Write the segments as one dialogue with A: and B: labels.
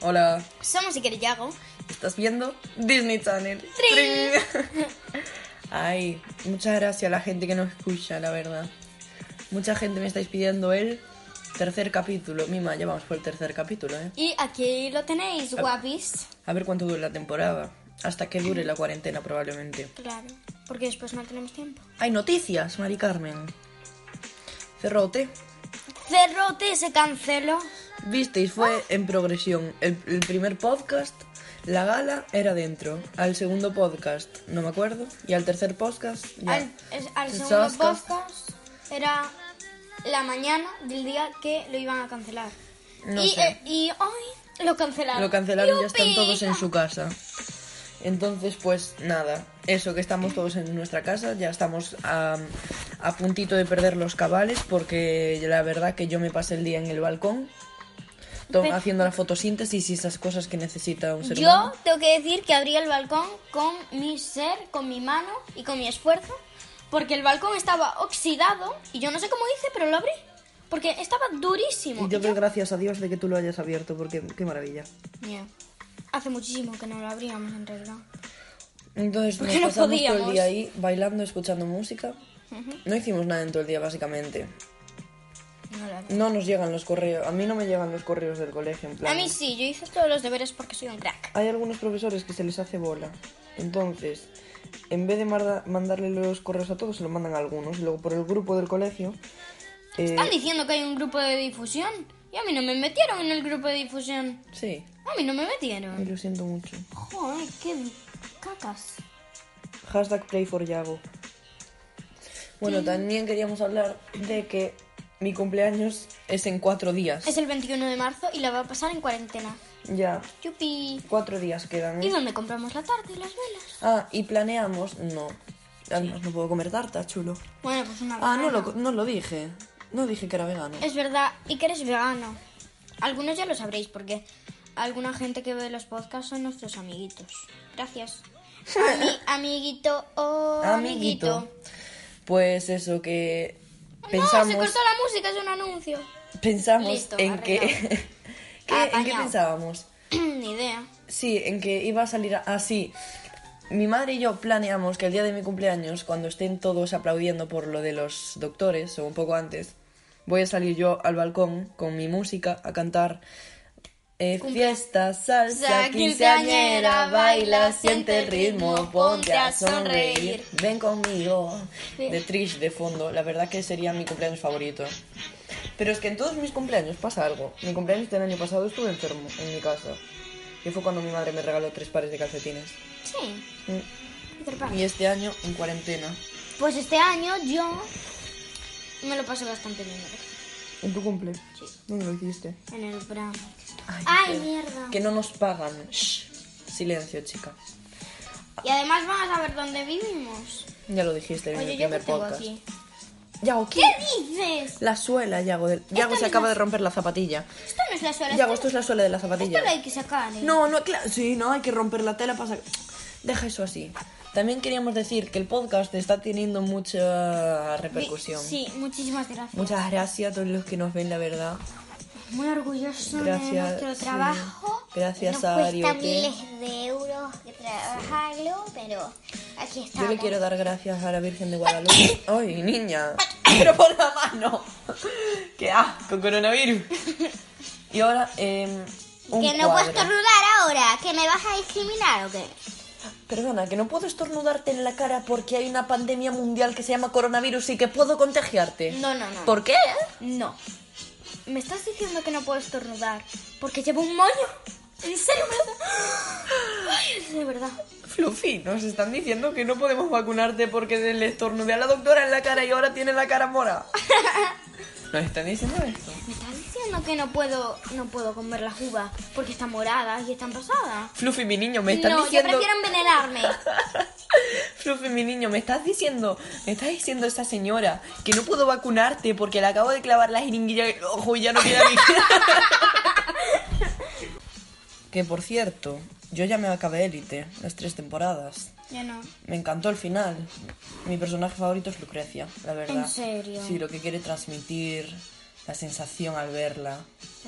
A: Hola,
B: Somos Iker y Yago.
A: ¿estás viendo? Disney Channel.
B: Trin.
A: Trin. Ay, muchas gracias a la gente que nos escucha, la verdad. Mucha gente me estáis pidiendo el tercer capítulo. Mima, ya vamos por el tercer capítulo, ¿eh?
B: Y aquí lo tenéis, guapis.
A: A ver cuánto dura la temporada. Hasta que dure la cuarentena, probablemente.
B: Claro, porque después no tenemos tiempo.
A: Hay noticias, Mari Carmen. Cerrote.
B: Cerrote se canceló.
A: Visteis,
B: Ah.
A: fue en progresión. El, el primer podcast, la gala era dentro. Al segundo podcast, no me acuerdo. Y al tercer podcast, ya.
B: Al, es- al
A: El
B: segundo
A: podcast.
B: podcast era la mañana del día que lo iban a cancelar.
A: No
B: y,
A: sé.
B: eh, y hoy lo cancelaron.
A: Lo cancelaron, ya están
B: ¡Yupi!
A: todos en su casa. Entonces, pues nada, eso que estamos todos en nuestra casa, ya estamos a, a puntito de perder los cabales porque la verdad que yo me pasé el día en el balcón to-
B: Pero-
A: haciendo la fotosíntesis y esas cosas que necesita un ser
B: Yo
A: humano.
B: tengo que decir que abrí el balcón con mi ser, con mi mano y con mi esfuerzo, porque el balcón estaba oxidado y yo no sé cómo hice, pero lo abrí, porque estaba durísimo.
A: Y yo doy gracias a Dios de que tú lo hayas abierto porque qué maravilla.
B: Ya. Hace muchísimo que no lo abríamos en realidad.
A: Entonces nos
B: Porque no
A: pasamos todo el
B: podíamos.
A: día ahí bailando, escuchando música. No hicimos nada en todo el día básicamente.
B: No lo abrí.
A: No nos llegan los correos, a mí no me llegan los correos del colegio en plan. Eh.
B: A mí sí, yo hice todos los deberes porque soy un crack.
A: Hay algunos profesores que se les hace bola. Entonces, en vez de marda- mandarle los correos a todos, se lo mandan a algunos. Y luego por el grupo del colegio. eh,
B: Están diciendo que hay un grupo de difusión y a mí no me metieron en el grupo de difusión.
A: sí,
B: A mí no me
A: ay,
B: metieron.
A: lo siento mucho.
B: Joder, qué cacas.
A: Hashtag play for Yago. Bueno, también queríamos hablar de que mi cumpleaños es en cuatro días.
B: Es el 21 de marzo y la va a pasar en cuarentena.
A: Ya,
B: Yupi.
A: cuatro días quedan. ¿eh?
B: ¿Y dónde compramos la tarta y las velas?
A: Ah, y planeamos. No. Además, no puedo comer tarta, chulo.
B: Bueno, pues una
A: Ah, no
B: vegana.
A: lo, no lo dije. No dije que era vegano.
B: Es verdad, y que eres vegano. Algunos ya lo sabréis porque alguna gente que ve los podcasts son nuestros amiguitos. Gracias. Ami- amiguito, oh, amiguito.
A: amiguito. Pues eso que
B: No, se
A: pensamos
B: cortó la música, es un anuncio.
A: pensamos
B: Listo,
A: en que,
B: arreglado.
A: ¿Qué- en qué
B: Apañado.
A: pensábamos.
B: Ni idea.
A: Sí, en que iba a salir así. Mi madre y yo planeamos que el día de mi cumpleaños, cuando estén todos aplaudiendo por lo de los doctores o un poco antes, voy a salir yo al balcón con mi música a cantar eh,
B: Cumple-
A: fiesta, salsa, quinceañera,
B: Sa- quinceañera,
A: baila, siente el ritmo, ponte a sonreír, ven conmigo.
B: Sí.
A: De Trish de fondo, la verdad que sería mi cumpleaños favorito. Pero es que en todos mis cumpleaños pasa algo. Mi cumpleaños del año pasado estuve enfermo en mi casa. Y fue cuando mi madre me regaló tres pares de calcetines.
B: Sí,
A: Mm.
B: trepar.
A: Y este año en cuarentena.
B: Pues este año yo me lo pasé bastante bien. la verdad.
A: ¿En tu cumple?
B: Sí.
A: ¿Dónde lo hiciste?
B: En el brownie.
A: Ay,
B: Ay,
A: qué-
B: mierda.
A: Que no nos pagan. Shh. Silencio, chica.
B: Y además vamos a ver dónde vivimos.
A: Ya lo dijiste en
B: Oye,
A: el
B: yo que
A: primer
B: tengo
A: podcast.
B: aquí.
A: Yago, ¿qué?
B: ¿Qué dices?
A: La suela, Yago. del- Yago se
B: no es
A: acaba
B: la-
A: de romper la zapatilla.
B: Esto no es la suela.
A: Yago,
B: esto,
A: esto es la suela de la
B: esto
A: zapatilla.
B: lo hay que sacar. ¿eh?
A: No, no, claro. Sí, no, hay que romper la tela para sac- Deja eso así. También queríamos decir que el podcast está teniendo mucha repercusión.
B: Sí, muchísimas gracias.
A: Muchas gracias a todos los que nos ven, la verdad.
B: Muy orgulloso de
A: Gracias,
B: nuestro
A: sí.
B: trabajo.
A: Gracias
B: Nos
A: a
B: cuesta
A: Ariote.
B: miles de euros que trabajarlo, pero aquí
A: Yo
B: estamos.
A: le quiero dar gracias a la Virgen de Guadalupe. ¡Ay, niña! ¡Pero por la mano! ¡Qué asco, coronavirus! Y ahora, eh, un
C: Que no puedo
A: cuadro.
C: estornudar ahora, que me vas a discriminar o qué.
A: Perdona, que no puedo estornudarte en la cara porque hay una pandemia mundial que se llama coronavirus y que puedo contagiarte.
B: No, no, no.
A: ¿Por qué?
B: No. Me estás diciendo que no puedo estornudar porque llevo un moño. ¿En serio? me lo- Ay, es de verdad.
A: Fluffy, nos están diciendo que no podemos vacunarte porque le estornudé a la doctora en la cara y ahora tiene la cara mora. Nos están diciendo esto.
B: Me estás diciendo que no puedo, no puedo comer las uvas porque están moradas y están pasadas.
A: Fluffy, mi niño, me están
B: No,
A: diciendo.
B: yo prefiero envenenarme.
A: Fluffy, mi niño, me estás diciendo, me está diciendo esa señora que no puedo vacunarte porque le acabo de clavar la jeringuilla en el ojo y ya no queda ni- que por cierto, yo ya me acabé Élite, las tres temporadas.
B: Yo no.
A: Me encantó el final. Mi personaje favorito es Lucrecia, la verdad.
B: ¿En serio?
A: Sí, lo que quiere transmitir, la sensación al verla,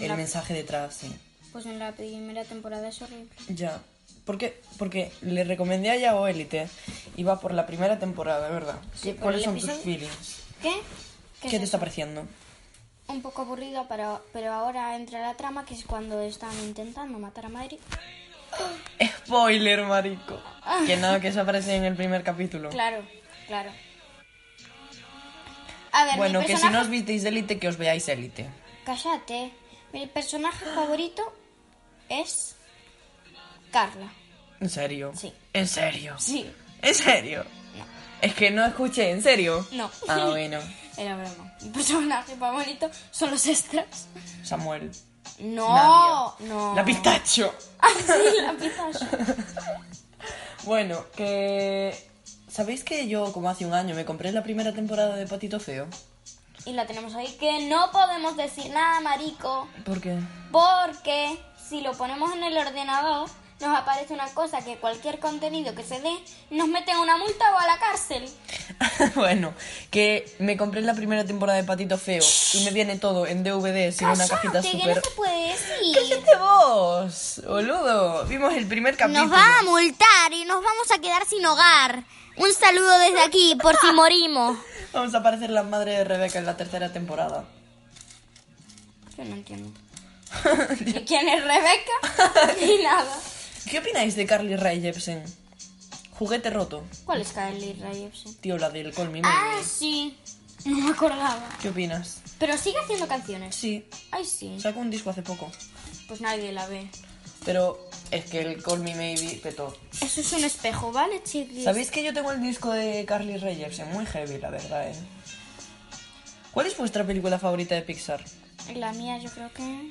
A: el
B: La-
A: mensaje detrás, sí.
B: Pues en la primera temporada es horrible.
A: Ya. ¿Por qué? Porque le recomendé a Yao Élite y va por la primera temporada, ¿verdad?
B: Sí,
A: ¿Cu-
B: por
A: ¿Cuáles
B: el
A: son tus
B: episodio-
A: feelings?
B: ¿Qué?
A: ¿Qué,
B: es
A: te
B: eso?
A: está pareciendo?
B: Un poco aburrido, pero, pero ahora entra la trama que es cuando están intentando matar a Madrid.
A: Spoiler, marico. Que no, que eso aparece en el primer capítulo.
B: Ah. Claro, claro. A ver,
A: Bueno,
B: mi
A: que si
B: personaje...
A: no os visteis de Élite, que os veáis Élite.
B: Cállate. Mi personaje favorito es Carla.
A: ¿En serio?
B: Sí.
A: ¿En serio?
B: Sí.
A: ¿En serio?
B: No.
A: Es que no escuché, ¿en serio?
B: No.
A: Ah, bueno.
B: Era broma. Mi personaje favorito son los extras.
A: Samuel.
B: No, no.
A: La pistacho.
B: Ah, sí, la pistacho.
A: Bueno, que... ¿Sabéis que yo como hace un año me compré la primera temporada de Patito Feo?
B: Y la tenemos ahí que no podemos decir nada, marico.
A: ¿Por qué?
B: Porque si lo ponemos en el ordenador, nos aparece una cosa que cualquier contenido que se dé nos mete a una multa o a la cárcel.
A: bueno, que me compré la primera temporada de Patito Feo y me viene todo en DVD sin una cajita
B: Cállate, que no
A: súper...
B: se puede decir.
A: ¡Cállate vos, boludo! Vimos el primer capítulo.
C: Nos van a multar y nos vamos a quedar sin hogar. Un saludo desde aquí por si morimos.
A: Vamos a aparecer la madre de Rebeca en la tercera temporada.
B: Yo no entiendo. ¿Y quién es Rebeca? Ni nada.
A: ¿Qué opináis de Carly Rae Jepsen? Juguete roto.
B: ¿Cuál es Kylie Rae Jepsen?
A: Tío, la del Call Me Maybe.
B: Ah, sí. No me acordaba.
A: ¿Qué opinas?
B: Pero sigue haciendo canciones.
A: Sí,
B: Ay, sí.
A: sacó un disco hace poco.
B: Pues nadie la ve.
A: Pero es que el Call Me Maybe petó.
B: Eso es un espejo, ¿vale, chiquis?
A: ¿Sabéis que yo tengo el disco de Carly Rae Jepsen? Muy heavy, la verdad, ¿eh? ¿Cuál es vuestra película favorita de Pixar?
B: La mía yo creo que...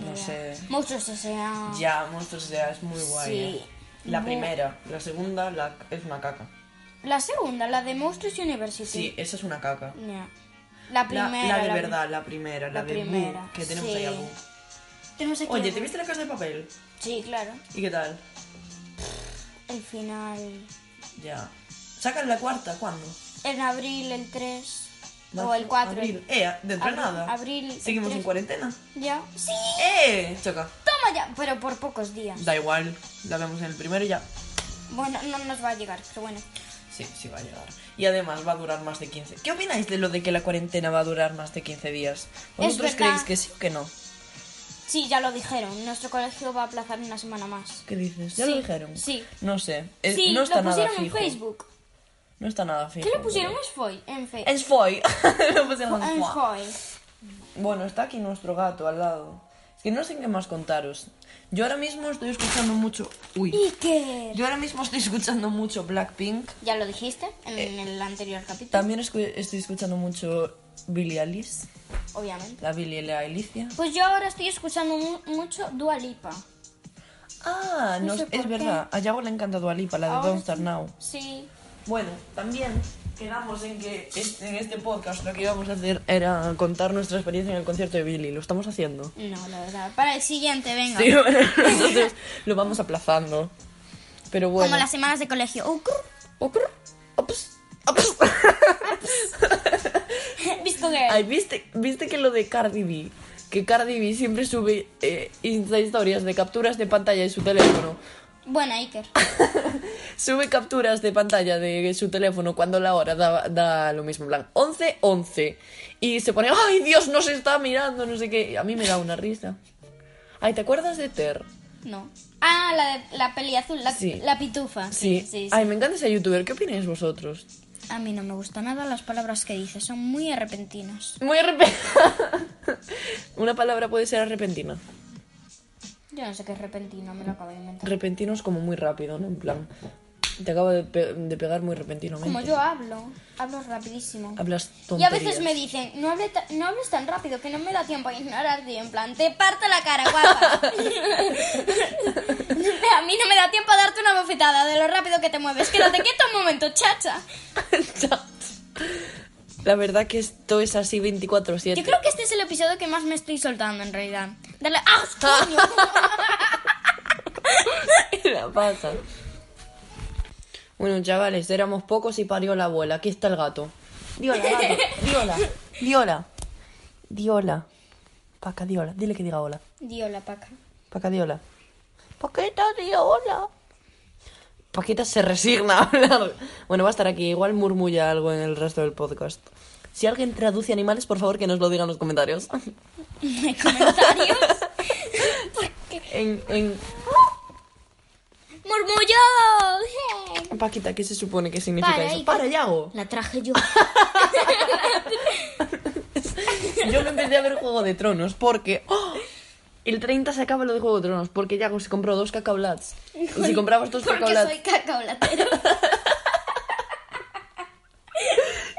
A: No sé.
B: Monstruos S.A.
A: Ya, Monstruos S.A. es muy guay,
B: Sí.
A: ¿eh? La
B: Mu-
A: primera. La segunda la... es una caca.
B: La segunda, la de Monstruos University.
A: Sí, esa es una caca.
B: Ya. La
A: La,
B: primera.
A: la de
B: pri-
A: verdad, la primera, la,
B: la
A: de Boo,
B: primera,
A: que tenemos
B: sí.
A: ahí a Boo.
B: Tenemos aquí
A: Oye,
B: la-
A: ¿te viste la casa de papel?
B: Sí, claro.
A: ¿Y qué tal?
B: El final...
A: Ya. ¿Sacan la cuarta? ¿Cuándo?
B: En abril, el 3. O
A: Marzo,
B: el 4.
A: Abril. Eh, dentro de
B: Abril-
A: nada.
B: abril, el
A: Seguimos en
B: tres.
A: cuarentena.
B: Ya. Sí.
A: ¡Eh! Choca.
B: Toma ya. Pero por pocos días.
A: Da igual. La vemos en el primero y ya.
B: Bueno, no nos va a llegar, pero bueno.
A: Sí, sí va a llegar. Y además va a durar más de 15. ¿Qué opináis de lo de que la cuarentena va a durar más de 15 días? ¿Vosotros
B: verdad.
A: creéis que sí o que no?
B: Sí, ya lo dijeron. Nuestro colegio va a aplazar una semana más.
A: ¿Qué dices? ¿Ya lo
B: Sí,
A: dijeron?
B: sí.
A: No sé. Es-
B: sí,
A: Eh, no está
B: lo pusieron
A: nada
B: en
A: fijo.
B: Facebook.
A: No está nada fijo.
B: ¿Qué lo pusieron
A: pero-
B: en Facebook? En Facebook.
A: En Spoy. Lo pusieron en
B: En
A: Spoy.
B: Facebook.
A: Bueno, está aquí nuestro gato al lado. Es que no sé qué más contaros. Yo ahora mismo estoy escuchando mucho. Uy.
B: Iker.
A: Yo ahora mismo estoy escuchando mucho Blackpink.
B: Ya lo dijiste en
A: Eh.
B: el anterior capítulo,
A: También escu- estoy escuchando mucho Billie Eilish.
B: obviamente.
A: La Billie y la Eilicia.
B: Pues yo ahora estoy escuchando mu- mucho Dua Lipa.
A: Ah,
B: No
A: no,
B: sé
A: es
B: por
A: verdad. A Yago le encanta Dua Lipa, la de
B: Ahora
A: Don't Start Now.
B: Sí.
A: Bueno, también quedamos en que es- en este podcast lo que íbamos a hacer era contar nuestra experiencia en el concierto de Billie. Lo estamos haciendo.
B: No, la verdad. Para el siguiente, venga.
A: Sí, bueno, nosotros lo vamos aplazando. Pero bueno.
C: Como las semanas de colegio. Uh, crr.
A: Opr,
B: pues,
A: ops, ops.
B: Visto que...
A: Ay, ¿viste, viste que lo de Cardi B, que Cardi B siempre sube eh, Insta historias de capturas de pantalla de su teléfono.
B: Bueno, Iker.
A: Sube capturas de pantalla de su teléfono cuando la hora da, da lo mismo, en plan 11, 11. Y se pone, ay Dios, nos está mirando, no sé qué. Y a mí me da una risa. Ay, ¿te acuerdas de Ter?
B: No. Ah, la, de, la peli azul, la,
A: Sí.
B: la pitufa. sí, sí.
A: Ay, me encanta ese youtuber. ¿Qué opináis vosotros?
B: A mí no me gusta nada las palabras que dice, son muy repentinas.
A: Muy arrepentida. una palabra puede ser repentina.
B: Yo no sé qué es repentino, me lo acabo de inventar.
A: repentinos como muy rápido, ¿no? En plan, te acabo de, pe- de pegar muy repentinamente.
B: Como yo hablo, hablo rapidísimo.
A: Hablas
B: Y a
A: tonterías.
B: veces me dicen, no, hable ta- no hables tan rápido que no me da tiempo a ignorarte. Y en plan, te parto la cara, guapa. a mí no me da tiempo a darte una bofetada de lo rápido que te mueves. Que no te quieto un momento, chacha.
A: La verdad que esto es así 24-7.
B: Yo creo que este es el episodio que más me estoy soltando en realidad. Dale, ¡ah, coño!
A: La pasa. Bueno, chavales, éramos pocos y parió la abuela. Aquí está el gato. Diola, gato. Diola. Diola. Diola. Paca, diola. Dile que diga hola.
B: Dio la paca.
A: Pacadiola. Paquita, diola. Paquita se resigna a hablar. Bueno, va a estar aquí. Igual murmulla algo en el resto del podcast. Si alguien traduce animales, por favor que nos lo diga en los comentarios.
B: ¿Comentarios?
A: En, en...
B: ¡Murmulló! ¡Eh!
A: Paquita, ¿qué se supone que significa
B: Para,
A: eso?
B: y-
A: Para, Yago.
B: La traje yo.
A: Yo me empecé a ver Juego de Tronos porque ¡oh! el 30 se acaba lo de Juego de Tronos porque Yago se compró dos cacaolats. Y si comprabas dos
B: Porque
A: cacaolats,
B: soy cacaolatero.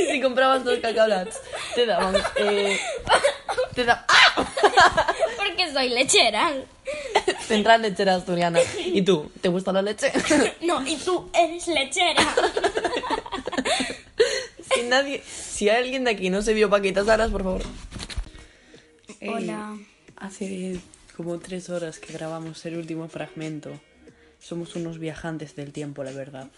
A: y si comprabas dos cacaolats, te daban eh, te da ¡Ah!
B: Porque soy lechera.
A: Central Lechera Asturiana. ¿Y tú? ¿Te gusta la leche?
B: No, y tú eres lechera.
A: si nadie, si alguien de aquí no se vio Paquitas Aras, por favor. Eh,
B: Hola.
A: hace como tres horas que grabamos el último fragmento. Somos unos viajantes del tiempo, la verdad.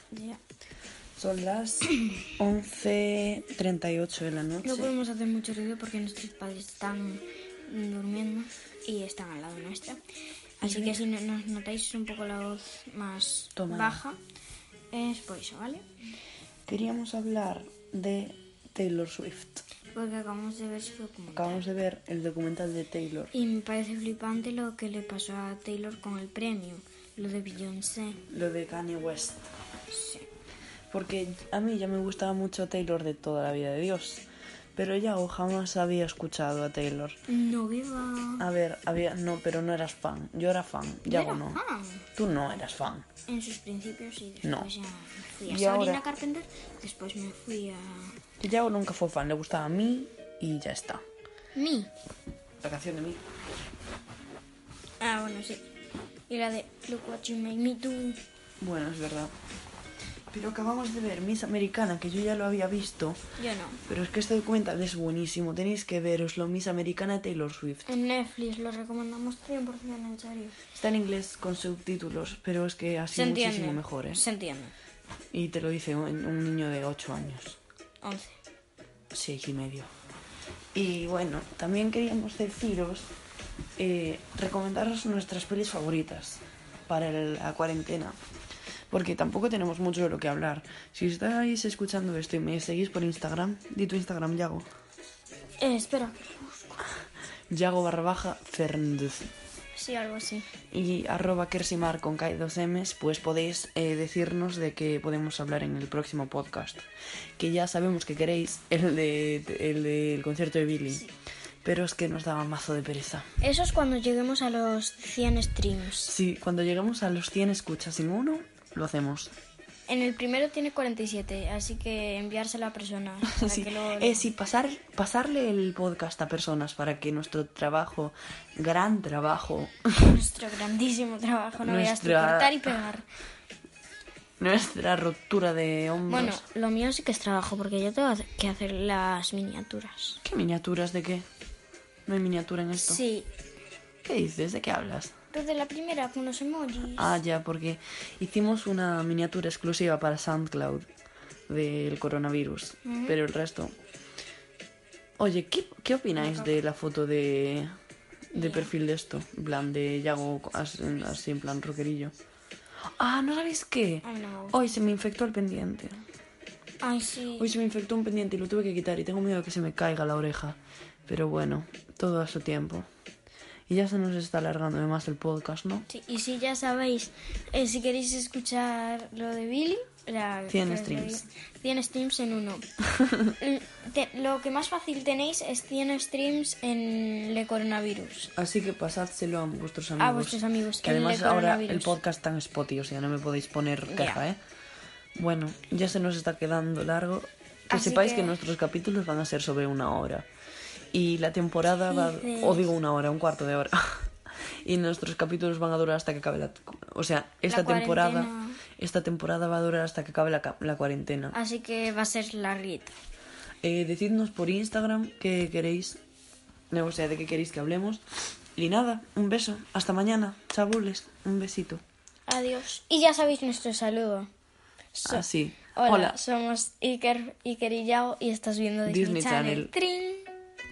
A: Son las 11.38 de la noche.
B: No podemos hacer mucho ruido porque nuestros padres están durmiendo y están al lado nuestra. Así que si no- nos notáis un poco la voz más
A: Toma.
B: baja, es por eso, ¿vale?
A: Queríamos hablar de Taylor Swift.
B: Porque acabamos de ver su documental.
A: Acabamos de ver el documental de Taylor.
B: Y me parece flipante lo que le pasó a Taylor con el premio, lo de Beyoncé.
A: Lo de Kanye West.
B: Sí.
A: Porque a mí ya me gustaba mucho Taylor de toda la vida de Dios. Pero ya o jamás había escuchado a Taylor.
B: No viva.
A: A ver, había. No, pero no eras fan. Yo era fan. Ya o
B: Era
A: no.
B: fan.
A: Tú no eras fan.
B: Ah, En sus principios y después
A: No.
B: ya me fui a
A: Y
B: Sabrina
A: ahora-
B: Carpenter, después me fui a
A: Yao oh, nunca fue fan. Le gustaba a mí y ya está.
B: mí.
A: La canción de mí.
B: Ah, bueno, sí. Y la de Look What You Make Me Do.
A: Bueno, es verdad. Pero acabamos de ver Miss Americana, que yo ya lo había visto.
B: Yo no.
A: Pero es que este documental es buenísimo. Tenéis que veroslo. Miss Americana Taylor Swift.
B: En Netflix lo recomendamos 100% en serio.
A: Está en inglés con subtítulos, pero es que así muchísimo mejor, ¿eh?
B: Se entiende.
A: Y te lo dice un, un niño de 8 años,
B: 11.
A: 6 y medio. Y bueno, también queríamos deciros, eh, recomendaros nuestras pelis favoritas para el- la cuarentena. Porque tampoco tenemos mucho de lo que hablar. Si estáis escuchando esto y me seguís por Instagram, di tu Instagram, Yago.
B: Eh, espera.
A: Yago barra baja Fernández.
B: Sí, algo así.
A: y arroba kersimar con K y dos M's, pues podéis eh, decirnos de qué podemos hablar en el próximo podcast. Que ya sabemos que queréis el de- el del concierto de Billy. Pero es que nos daba mazo de pereza.
B: Eso es cuando lleguemos a los 100 streams.
A: Sí, cuando lleguemos a los 100 escuchas sin uno, lo hacemos.
B: En el primero tiene 47, así que enviárselo a personas. para
A: Sí,
B: que lo-
A: Eh, sí, pasar, pasarle el podcast a personas para que nuestro trabajo, gran trabajo,
B: Nuestro grandísimo trabajo, no veas tú,
A: Nuestra-
B: cortar y pegar.
A: nuestra rotura de hombros.
B: Bueno, lo mío sí que es trabajo, porque yo tengo que hacer las miniaturas.
A: ¿Qué miniaturas de qué? No hay miniatura en esto.
B: Sí,
A: ¿Qué dices? ¿De qué hablas?
B: desde la primera con los emojis.
A: Ah, ya, porque hicimos una miniatura exclusiva para SoundCloud del coronavirus, pero el resto... Oye, ¿qué, qué opináis de la foto de, de perfil de esto? En plan, de Yago as- así, en plan rockerillo. Ah, ¿no sabéis qué?
B: Ay, no.
A: Hoy se me infectó el pendiente.
B: Ay, sí.
A: Hoy se me infectó un pendiente y lo tuve que quitar y tengo miedo que se me caiga la oreja. Pero bueno, todo a su tiempo. Y ya se nos está alargando de más el podcast, ¿no?
B: Sí, y si ya sabéis, eh, si queréis escuchar lo de Billy, la,
A: 100
B: la-
A: streams.
B: 100 streams en uno. Mm, te- lo que más fácil tenéis es 100 streams en Le Coronavirus.
A: Así que pasádselo a vuestros amigos.
B: vuestros amigos,
A: Que
B: el de
A: además ahora
B: coronavirus.
A: el podcast está en Spotify, o sea, no me podéis poner queja, ¿eh? Bueno, ya se nos está quedando largo. Que
B: Así
A: sepáis que...
B: que-
A: nuestros capítulos van a ser sobre una hora. Y la temporada va...
B: Dices.
A: O digo una hora, un cuarto de hora. y nuestros capítulos van a durar hasta que acabe la... O sea, esta temporada...
B: cuarentena.
A: Esta temporada va a durar hasta que acabe la, ca- la cuarentena.
B: Así que va a ser larguito.
A: Eh, decidnos por Instagram qué queréis. No, o sea, de qué queréis que hablemos. Y nada, un beso. Hasta mañana. Chabules, un besito.
B: Adiós. Y ya sabéis nuestro saludo. So-
A: Así.
B: Hola,
A: Ah, Hola.
B: somos Iker, Iker y Yao y estás viendo Disney,
A: Disney Channel.
B: Channel. ¡Trin!